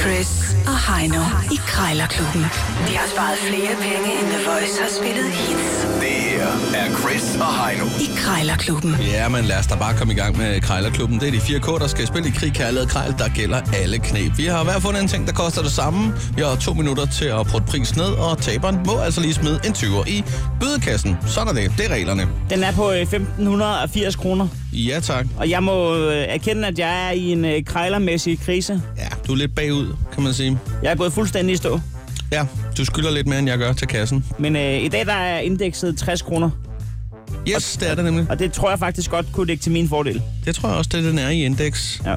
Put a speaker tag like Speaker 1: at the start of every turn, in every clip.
Speaker 1: Chris og Heino i Krejlerklubben. De har sparet flere penge, end The Voice har spillet hits
Speaker 2: Det her er Chris og Heino.
Speaker 1: i Krejlerklubben.
Speaker 3: Ja, men lad os da bare komme i gang med Krejlerklubben. Det er de fire K, der skal spille i krig, kærlighed og krejl, der gælder alle knep. Vi har hver fundet en ting, der koster det samme. Vi har to minutter til at putte pris ned, og taberen må altså lige smide en 20'er i bødekassen. Sådan er det. Det er reglerne.
Speaker 4: Den er på øh, 1580 kroner,
Speaker 3: Ja, tak.
Speaker 4: og jeg må øh, erkende, at jeg er i en øh, krejlermæssig krise.
Speaker 3: Ja, du er lidt bagud, kan man sige.
Speaker 4: Jeg er gået fuldstændig i stå.
Speaker 3: Ja, du skylder lidt mere, end jeg gør til kassen.
Speaker 4: Men øh, i dag der er indekset 60 kroner,
Speaker 3: Yes, det er det nemlig.
Speaker 4: og det tror jeg faktisk godt kunne dække til min fordel.
Speaker 3: Det tror jeg også, det er den er i indeks.
Speaker 4: Ja.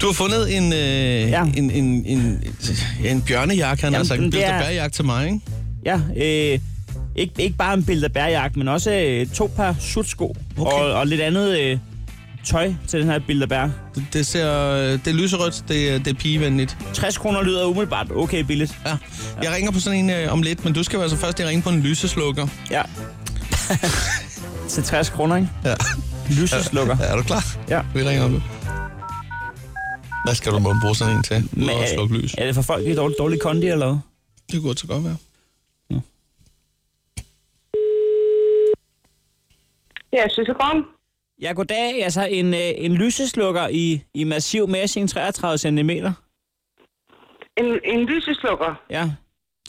Speaker 3: Du har fundet en, øh, ja.
Speaker 4: Ja.
Speaker 3: en, en, en, ja, en bjørnejakke, han har
Speaker 4: Jamen,
Speaker 3: sagt. En
Speaker 4: det er-
Speaker 3: bilderbærjakke til mig, ikke?
Speaker 4: Ja, øh, ikke, ikke bare en bilderbærjagt, men også øh, to par sutsko
Speaker 3: Okay.
Speaker 4: okay. og, og lidt andet øh, tøj til den her bilderbær.
Speaker 3: Det- Det, ser, øh, det er lyserødt, det, er- det er pigevenligt.
Speaker 4: 60 kroner lyder umiddelbart okay billigt.
Speaker 3: Ja. Jeg ringer på sådan en øh, om lidt, men du skal jo altså først lige ringe på en lyseslukker.
Speaker 4: Ja. til 60 kroner, ikke?
Speaker 3: Ja.
Speaker 4: Lyseslukker.
Speaker 3: Er du klar?
Speaker 4: Ja.
Speaker 3: Vi ringer om lidt. Hvad skal du må bruge sådan en til?
Speaker 4: Men, øh,
Speaker 3: Nå, at slukke lys.
Speaker 4: er det for folk, der er dårlig, dårlig kondi eller hvad?
Speaker 3: Det kunne så godt være.
Speaker 5: Ja, Søsegården.
Speaker 4: Ja, goddag. Altså en, øh, en lyseslukker i, i massiv messing, 33 cm.
Speaker 5: En, en lyseslukker.
Speaker 4: Ja.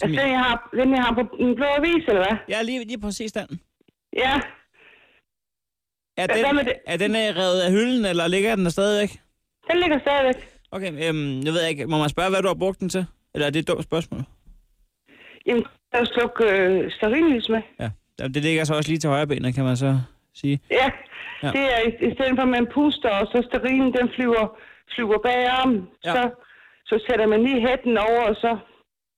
Speaker 5: Altså, den jeg, har, den jeg har på den blå avis, eller hvad?
Speaker 4: Ja, lige, lige præcis den.
Speaker 5: Ja.
Speaker 4: Er
Speaker 5: Hvad- hvad med
Speaker 4: den,
Speaker 5: det?
Speaker 4: er den øh, revet af hylden, eller ligger den der stadigvæk?
Speaker 5: Den ligger stadigvæk.
Speaker 4: Okay, øhm, jeg ved ikke. Må man spørge, hvad du har brugt den til? Eller er det et dumt spørgsmål?
Speaker 5: Jamen, der er sluk øh, stearinlys med.
Speaker 4: Ja. Jamen, Det ligger så også lige til højre benet, kan man så sige.
Speaker 5: Ja.
Speaker 4: Ja.
Speaker 5: ja. Det er i, i stedet for, at man puster, og så stearinen, den flyver, flyver bagom.
Speaker 4: Ja.
Speaker 5: Ja. Så, så sætter man lige hætten over, og så...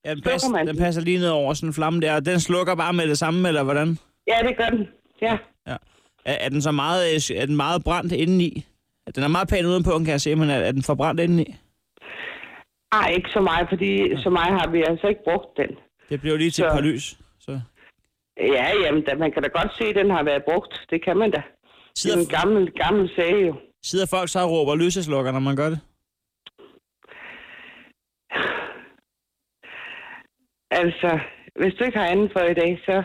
Speaker 4: Ja, den,
Speaker 5: Slukker
Speaker 4: pas,
Speaker 5: man
Speaker 4: den
Speaker 5: den?
Speaker 4: passer lige ned over sådan en flamme der, og den slukker bare med det samme, eller hvordan?
Speaker 5: Ja, det gør den. Ja.
Speaker 4: Ja. Er, er den så meget, øh, sy- er den meget brændt indeni? Den er meget pæn udenpå, kan jeg se, men er, er den forbrændt indeni?
Speaker 5: Ej, ikke så meget, fordi ja. så meget har vi altså ikke brugt den.
Speaker 4: Det bliver jo lige til et
Speaker 5: Så-
Speaker 4: par lys. Så.
Speaker 5: Ja, jamen, da, man kan da godt se, at den har været brugt. Det kan man da. Det er
Speaker 4: Sidder,
Speaker 5: en gammel, gammel sag jo.
Speaker 4: sidder folk så og råber lyseslukker, når man gør det?
Speaker 5: Altså, hvis du ikke har andet for i dag, så...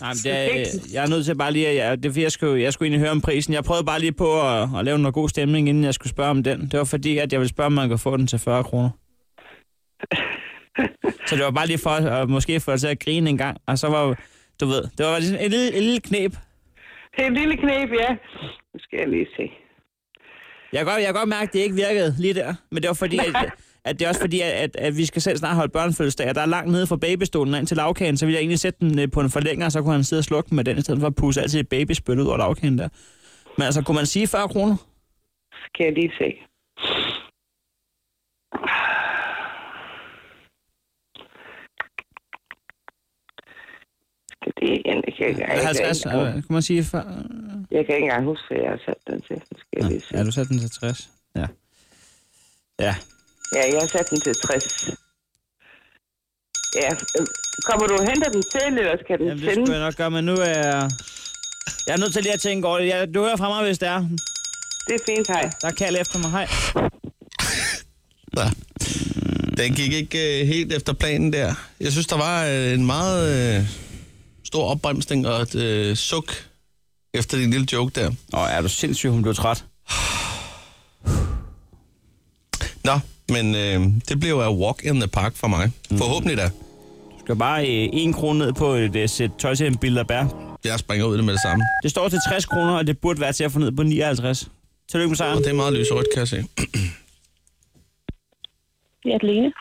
Speaker 4: Nej, men det er, øh, jeg er nødt til bare lige at... Jeg, det er fordi, jeg skulle, jeg skulle egentlig høre om prisen. Jeg prøvede bare lige på at, at lave noget god stemning, inden jeg skulle spørge om den. Det var fordi, at jeg ville spørge, om man kunne få den til 40 kroner. så det var bare lige for at måske få dig til at grine en gang. Og så var... Du ved, det var ligesom en lille, en lille knep.
Speaker 5: Det er et lille knæb, ja. Nu skal jeg lige se.
Speaker 4: Jeg kan godt, jeg kan godt mærke, at det ikke virkede lige der. Men det var fordi, at, at det er også fordi, at, at, at vi skal selv snart holde børnefødselsdag, og der er langt nede fra babystolen og ind til lavkagen, så ville jeg egentlig sætte den øh, på en forlænger, og så kunne han sidde og slukke den med den, i stedet for at pusse altid et babyspyl ud over lavkagen der. Men altså, kunne man sige 40 kroner?
Speaker 5: Skal jeg lige se. Skal det igen? Det kan jeg, ikke- jeg,
Speaker 4: Eller
Speaker 5: kan
Speaker 4: 50?
Speaker 5: ikke,
Speaker 4: Eller,
Speaker 5: engang-
Speaker 4: hvad? kunne man sige 40?
Speaker 5: jeg kan ikke engang huske, hvad jeg har sat den til. Nu Skal jeg lige se.
Speaker 4: Ja, du satte den til 60. Ja. Ja.
Speaker 5: Ja, jeg har sat den til 60. Ja, øh, kommer du og henter den selv, eller skal den
Speaker 4: Jamen, det
Speaker 5: sende?
Speaker 4: skulle jeg nok gøre, men nu er jeg... Jeg er nødt til lige at tænke over det. Jeg, du hører fra mig, hvis det er.
Speaker 5: Det er fint, hej.
Speaker 4: Der er kald efter mig. Hej.
Speaker 3: Ja. Den gik ikke øh, helt efter planen der. Jeg synes, der var øh, en meget øh, stor opbremsning og et øh, suk efter din lille joke der.
Speaker 4: Nå, er du sindssyg, hun blev træt.
Speaker 3: Nå, men øh, det blev jo a walk in the park for mig. Forhåbentlig da.
Speaker 4: skal bare øh, en krone ned på et øh, sæt tøj til en bil, der bærer.
Speaker 3: Jeg springer ud i det med det samme.
Speaker 4: Det står til 60 kroner, og det burde være til at få ned på 59. Tillykke med
Speaker 3: Og
Speaker 4: sejren.
Speaker 3: det er meget lyserødt, kan jeg se.
Speaker 6: Ja, Lene.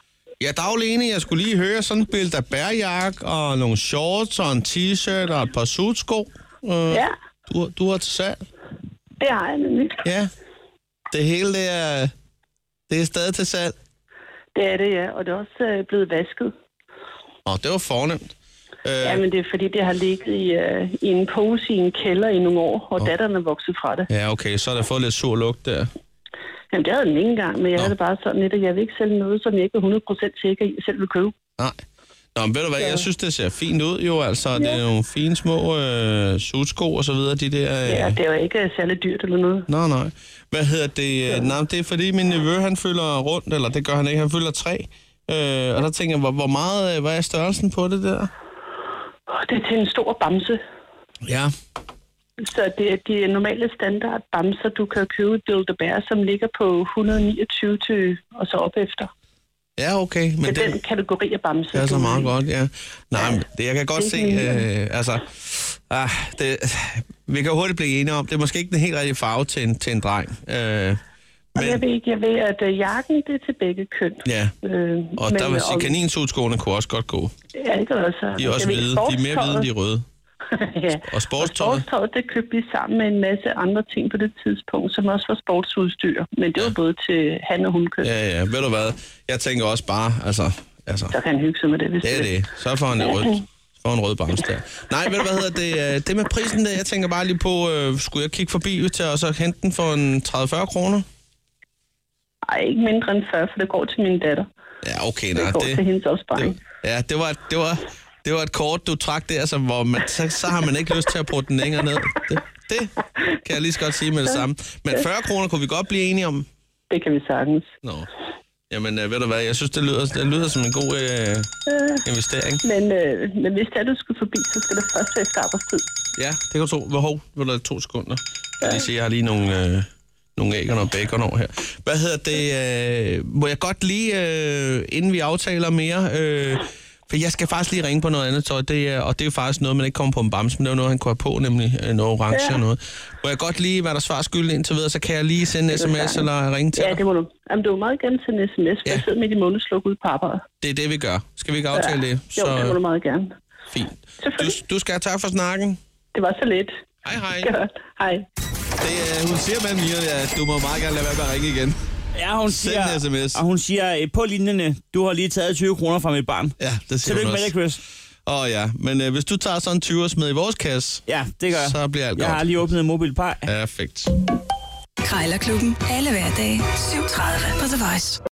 Speaker 3: Ja, dag Lene, jeg skulle lige høre sådan en billede af bærjakke og nogle shorts og en t-shirt og et par sudsko. Øh,
Speaker 6: Ja,
Speaker 3: du, du har til salg.
Speaker 6: det har jeg nemlig.
Speaker 3: Ja. Det hele, det er, det er stadig til salg.
Speaker 6: Det er det, ja. Og det er også øh, blevet vasket.
Speaker 3: Åh, det var fornemt. Øh,
Speaker 6: Ja. Jamen, det er fordi, det har ligget i, øh, i en pose i en kælder i nogle år, og oh. datteren er vokset fra det.
Speaker 3: ja, okay, så har det fået lidt sur lugt der.
Speaker 6: Jamen, det havde den ikke engang, men jeg havde det bare sådan lidt, at jeg vil ikke sælge noget, som jeg ikke er 100% sikker i, selv vil købe.
Speaker 3: Nej. Nå, men ved du hvad, jeg synes, det ser fint ud jo, altså. Ja. Det er nogle fine små øh, sutsko og så videre, de der... Øh...
Speaker 6: Ja, det er jo ikke særlig dyrt eller noget.
Speaker 3: Nå, nej. Hvad hedder det? Ja. Nej, det er fordi min nevø, han fylder rundt, eller det gør han ikke, han fylder tre. Øh, og der tænker jeg, hvor, hvor meget, øh, hvad er størrelsen på det der?
Speaker 6: Åh, Det er til en stor bamse.
Speaker 3: Ja.
Speaker 6: Så det er de normale standard bamser, du kan købe i Build Bear, som ligger på 129 til, og så op efter.
Speaker 3: Ja, okay. Men
Speaker 6: Men
Speaker 3: det,
Speaker 6: den, den kategori af bamser.
Speaker 3: det er så
Speaker 6: du-
Speaker 3: meget godt, ja. Nej, men det, jeg kan godt
Speaker 6: Det
Speaker 3: se,
Speaker 6: er helt
Speaker 3: øh, altså... Ah, det, vi kan hurtigt blive enige om, det er måske ikke den helt rigtige farve til en, til en dreng. Øh,
Speaker 6: Og jeg
Speaker 3: men,
Speaker 6: ved ikke, jeg ved, at øh, jakken det er til begge køn.
Speaker 3: ja.
Speaker 6: Øh,
Speaker 3: Og der vil jeg sige, kaninsudskoene kunne også godt gå.
Speaker 6: Ja, det gør også.
Speaker 3: De er også hvide. De er mere hvide, end de er røde.
Speaker 6: ja.
Speaker 3: Og sportstøjet?
Speaker 6: Og sportstøjet, det købte vi sammen med en masse andre ting på det tidspunkt, som også var sportsudstyr. Men det var både til han- og hundkøn. Ja.
Speaker 3: Ja, ja. Ved du hvad? Jeg tænker også bare, altså... altså
Speaker 6: Så kan han hygge sig med det, hvis
Speaker 3: det er det. Så får han en rød, får han en rød bamse der. Nej, ved du hvad hedder det? Øh, Det med prisen der, jeg tænker bare lige på, øh, skulle jeg kigge forbi til og så hente den for en 30-40 kroner?
Speaker 6: Ej, ikke mindre end 40, for det går til min datter.
Speaker 3: Ja, okay,
Speaker 6: Det
Speaker 3: nej.
Speaker 6: går til
Speaker 3: Det,
Speaker 6: hendes opsparing.
Speaker 3: det, ja, det var, det var, det var et kort, du trak der, altså, hvor man, så, så har man ikke lyst til at bruge den længere ned. Det, det kan jeg lige så godt sige med det samme. Men 40 kroner kunne vi godt blive enige om.
Speaker 6: Det kan vi sagtens.
Speaker 3: Nå. Jamen, øh, ved du hvad, jeg synes, det lyder, det lyder som en god øh, investering.
Speaker 6: Men, øh, men hvis det er, du skulle forbi, så skal det først være efter arbejdstid.
Speaker 3: Ja, det kan du tro. Hvor hov, vil der to sekunder. Jeg lige se, jeg har lige nogle, øh, nogle æg og noget bacon over her. Hvad hedder det? Øh, må jeg godt lige, øh, inden vi aftaler mere, øh, for jeg skal faktisk lige ringe på noget andet tøj, det er, og det er jo faktisk noget, man ikke kommer på en bamse, men det er jo noget, han kunne have på, nemlig øh, noget orange ja. og noget. Må jeg godt lige være der svar skyldig indtil videre, så kan jeg lige sende en sms eller ringe til
Speaker 6: Ja,
Speaker 3: dig.
Speaker 6: det må du. Jamen, du må meget gerne sende sms, for
Speaker 3: Ja.
Speaker 6: jeg sidder midt i månedsluk ude på arbejde.
Speaker 3: Det er det, vi gør. Skal vi ikke aftale det?
Speaker 6: Jo, det må du
Speaker 3: Så
Speaker 6: meget gerne.
Speaker 3: fint. Du,
Speaker 6: Selvfølgelig.
Speaker 3: du skal have tak for snakken.
Speaker 6: Det var så let.
Speaker 3: Hej hej.
Speaker 6: Godt. Hej.
Speaker 3: Det, øh, hun siger med Mia, at du må meget gerne lade være med at ringe igen.
Speaker 4: Ja, hun
Speaker 3: Send
Speaker 4: siger,
Speaker 3: en sms.
Speaker 4: Og hun siger, øh, på linjerne, du har lige taget 20 kroner fra mit barn.
Speaker 3: Ja, det siger
Speaker 4: Tillykke
Speaker 3: hun
Speaker 4: med det,
Speaker 3: også.
Speaker 4: Chris.
Speaker 3: Åh oh, ja, men øh, hvis du tager sådan en 20 og smider i vores kasse,
Speaker 4: Ja, det gør jeg.
Speaker 3: Så bliver alt
Speaker 4: Jeg
Speaker 3: godt.
Speaker 4: har lige åbnet en mobilpej.
Speaker 3: perfekt.
Speaker 1: Krejlerklubben. Alle hverdage. 7.30 på The Voice.